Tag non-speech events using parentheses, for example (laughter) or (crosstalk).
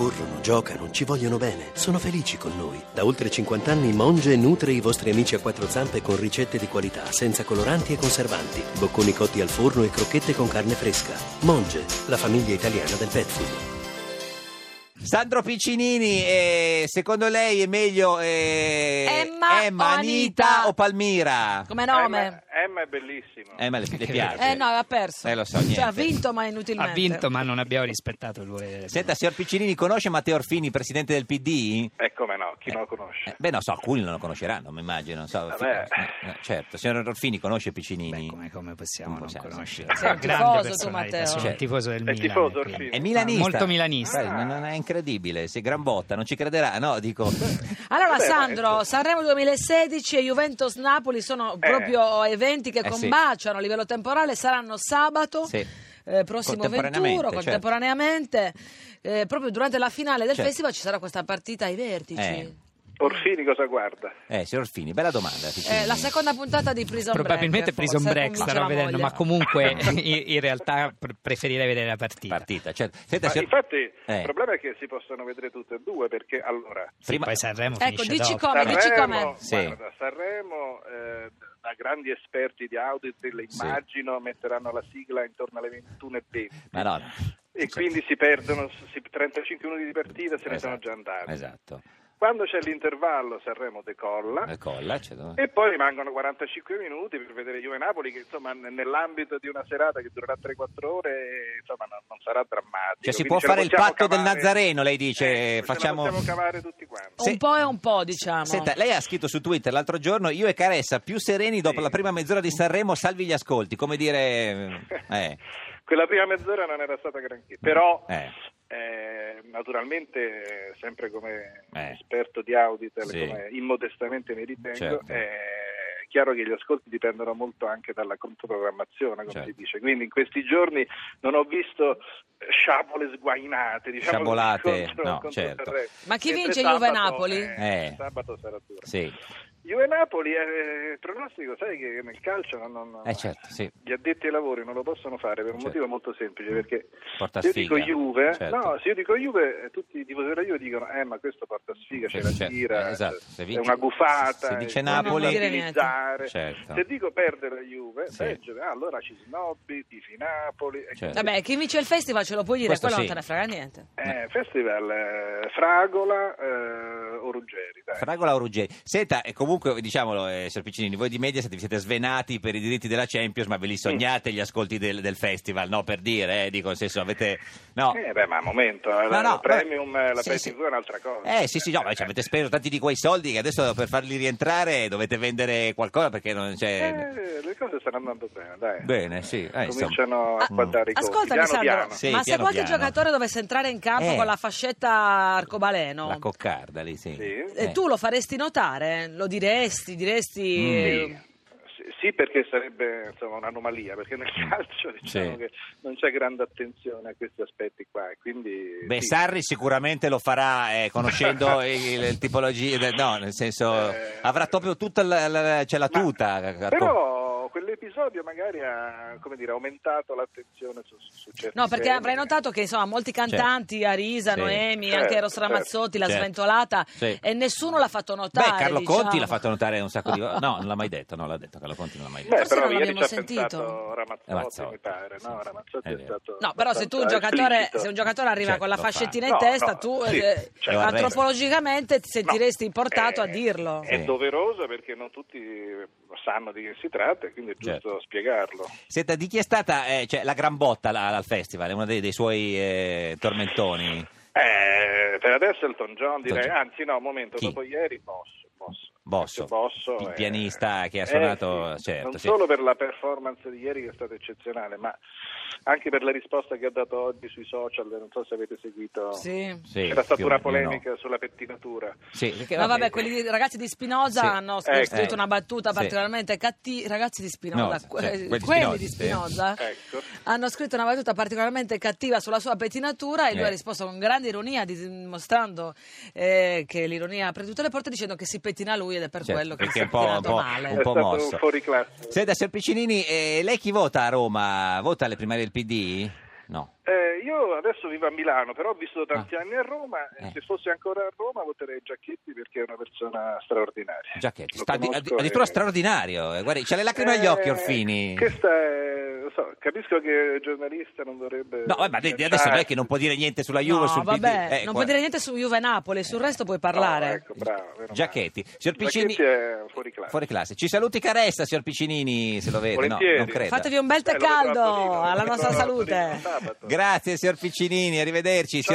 Corrono, giocano, ci vogliono bene, sono felici con noi. Da oltre 50 anni Monge nutre i vostri amici a quattro zampe con ricette di qualità, senza coloranti e conservanti, bocconi cotti al forno e crocchette con carne fresca. Monge, la famiglia italiana del pet food. Sandro Piccinini, eh, secondo lei è meglio eh, Emma o Anita, Anita? o Palmira? Come Emma, nome? Emma è bellissima. Emma (laughs) le, le piace. Eh no, aveva perso. Eh, lo so, Cioè, niente. ha vinto ma Ha inutilmente. vinto, ma non abbiamo rispettato il volere. Senta, signor Piccinini, conosce Matteo Orfini, presidente del PD? E come no, chi non lo Eh, conosce? beh, non so, alcuni non lo conosceranno, mi immagino. non so, Vabbè. Eh, certo, signor Orfini conosce Piccinini. Beh, come, come possiamo Come non possiamo, conoscere? sì. Sei un Grande tifoso tu, personalità, Matteo. sono Cioè, un tifoso del è Milan. tifoso quindi. Orfini. è milanista. Molto milanista. Guarda, non- non- è incredibile, se gran botta, non ci crederà. No, (laughs) dico, Allora, Vabbè, Sandro, ecco. ma- Sanremo 2016 e Juventus-Napoli sono proprio eventi che Eh, sì. combaciano a livello temporale. Saranno sabato. se... eh, prossimo Contemporaneamente, 21 certo. contemporaneamente eh, proprio durante la finale del Certo. festival ci sarà questa partita ai vertici Eh. Orfini cosa guarda? Eh, signor Orfini, bella domanda. Eh, Piccinini. la seconda puntata di Prison Probabilmente Break Prison forse, Break convince starò la vedendo, moglie. ma comunque (laughs) in, in realtà pre- preferirei vedere la partita. partita. Certo. Senta, Ma signor- infatti Eh, il problema è che si possono vedere tutte e due perché allora Sì, prima- Poi Sanremo Ecco, finisce dici dopo. come, dici Sanremo, come. Sì. guarda, Sanremo eh, da grandi esperti di audio le Sì. immagino metteranno la sigla intorno alle 21.20 Ma no, no. e Certo. quindi si perdono si- 35 minuti di partita se ne sono Esatto, già andati. Esatto. Quando c'è l'intervallo Sanremo decolla Eh, Colla, cioè, dove- E poi rimangono 45 minuti per vedere Juve Napoli che insomma n- nell'ambito di una serata che durerà 3-4 ore insomma non, non sarà drammatico. Cioè, si Quindi può ce la fare il possiamo patto del cavare- Nazareno, lei dice, Eh, facciamo- Ce la possiamo cavare tutti quanti. Se- un po' e un po' diciamo Senta, lei ha scritto su Twitter l'altro giorno, io e Caressa più sereni dopo Sì. la prima mezz'ora di Sanremo, salvi gli ascolti, come dire... eh, Quella prima mezz'ora non era stata granché, però Eh. eh, naturalmente eh, sempre come Eh. esperto di audit, Sì. come immodestamente mi ritengo, Certo. eh, è chiaro che gli ascolti dipendono molto anche dalla controprogrammazione, come Certo. si dice. Quindi in questi giorni non ho visto eh, sciabole sguainate, diciamo Sciabolate, contro- no, contro certo. Sanremo. Ma chi Mentre vince sabato, Juve-Napoli? Eh. Sabato sarà dura. sì, Juve Napoli eh, il pronostico, sai che nel calcio non, non- Eh, certo, sì. gli addetti ai lavori non lo possono fare per un Certo. motivo molto semplice, perché Porta se io sfiga, dico Juve, certo. no, se io dico Juve, eh, tutti i tifosi della Juve dicono "Eh, ma questo porta sfiga, ce la Certo, tira". eh, esatto. Se vince- è una gufata. se dice eh, Napoli- Non non dire niente. utilizzare. Certo. Se dico perdere la Juve, Sì. peggio, ah, allora ci snobbi, tifi Napoli. e Certo. vabbè chi vince il festival ce lo puoi dire Questo quello sì. non te ne frega niente Eh, festival eh, Fragola eh, o Ruggeri, dai. Fragola o Ruggeri. Senta, e comunque, diciamolo, eh, signor Piccinini, voi di Mediaset vi siete svenati per i diritti della Champions, ma ve li sognate gli ascolti del, del festival, no? Per dire, eh, dico, nel senso, avete... No. Eh, beh, ma un momento, eh, No, la, no, la premium, vabbè. eh, la Sì, Pay sì. TV è un'altra cosa. Eh sì sì, no, ma ci avete speso tanti di quei soldi che adesso per farli rientrare dovete vendere qualcosa perché non c'è... Eh, le cose stanno andando bene, dai. Bene, sì. eh, insomma. Cominciano a Ah, guardare i conti. ascoltami piano Sandro piano. Sì, ma se piano qualche piano. giocatore dovesse entrare in campo Eh. con la fascetta arcobaleno La coccarda lì, sì. Sì. eh, Eh. tu lo faresti notare lo diresti diresti Mm. eh, Sì, Sì, perché sarebbe insomma, un'anomalia, perché nel calcio diciamo Sì. che non c'è grande attenzione a questi aspetti qua. e Quindi, Beh, sì. Sarri sicuramente lo farà eh, (laughs) conoscendo il, il tipologia, del- no, nel senso Eh. avrà proprio tutta la, la- c'è la Ma- tuta. Però quell'episodio magari ha come dire, aumentato l'attenzione su, su certi No, perché temi. avrei notato che insomma molti cantanti, Arisa, Certo. Sì. Noemi, Certo, anche Eros certo. Ramazzotti, la Certo. sventolata, Sì. e nessuno l'ha fatto Beh, notare. Carlo diciamo. Conti l'ha fatto notare un sacco di volte. No, non l'ha mai detto, no, l'ha detto Carlo Conti, non l'ha mai detto. Beh, Forse però non ieri ci ha l'abbiamo pensato sentito. Ramazzotti, Ramazzotti, mi pare, sì, no? sì, Ramazzotti è è, vero. stato No, però se tu un abbastanza giocatore, esplicito. se un giocatore arriva Certo, con la lo fa. fascettina in No, testa, no, tu sì, eh, cioè, lo arresto. antropologicamente ti sentiresti No, Eh, importato a è- dirlo. È Sì. doveroso perché non tutti sanno di che si tratta, e quindi è giusto Certo. spiegarlo. Senta, di chi è stata eh, cioè, la gran botta là- al festival? È uno dei, dei suoi eh, tormentoni. Eh, per adesso Elton John direi, Elton John. anzi no, un momento, Chi? dopo ieri Bosso. Bosso, Bosso, Bosso, il eh, pianista che ha eh, suonato, sì, certo, Non sì. solo per la performance di ieri che è stata eccezionale, ma anche per la risposta che ha dato oggi sui social, non so se avete seguito. Sì. Sì, C'era stata più o una meno. polemica sulla pettinatura. Sì, perché- Ma vabbè, quelli di- ragazzi di Spinoza Sì. hanno Ecco. scritto una battuta Sì. particolarmente cattiva. Ragazzi di Spinoza, No, que- cioè, quelli, quelli di di Spinoza, Spinoza Ecco. hanno scritto una battuta particolarmente cattiva sulla sua pettinatura e lui Eh. ha risposto con grande ironia, dimostrando eh, che l'ironia ha preso le porte, dicendo che si pettina lui ed è per Certo, quello che perché si è è un po'- pettinato un po'- male. un po' è stato mosso. un fuoriclasse. Senta, signor Piccinini, eh, lei chi vota a Roma? Vota alle primarie del PD? No. Eh, io adesso vivo a Milano, però ho vissuto tanti anni a Roma. e Eh. Se fossi ancora a Roma voterei Giacchetti perché è una persona straordinaria. Giacchetti, Lo sta di- conosco addirittura e- straordinario. eh, Guarda, c'ha le lacrime agli Eh, occhi, Orfini. Questa è, lo so, capisco che il giornalista non dovrebbe... No, eh, vabbè, di- di adesso non è che non può dire niente sulla Juve no, sul PD. vabbè, Eh, non qua- Eh. puoi dire niente su Juve Napoli, sul resto puoi No, parlare. ecco, bravo, meno male. Giacchetti. Signor Piccini- Giacchetti è fuori classe. Fuori classe. Ci saluti Caressa, signor Piccinini, se lo vede. No, Volentieri. non credo. Fatevi un bel tè Eh, lo vedo a caldo Torino, lo alla vedo nostra a Torino salute. sabato. Grazie, signor Piccinini, arrivederci. Ciao,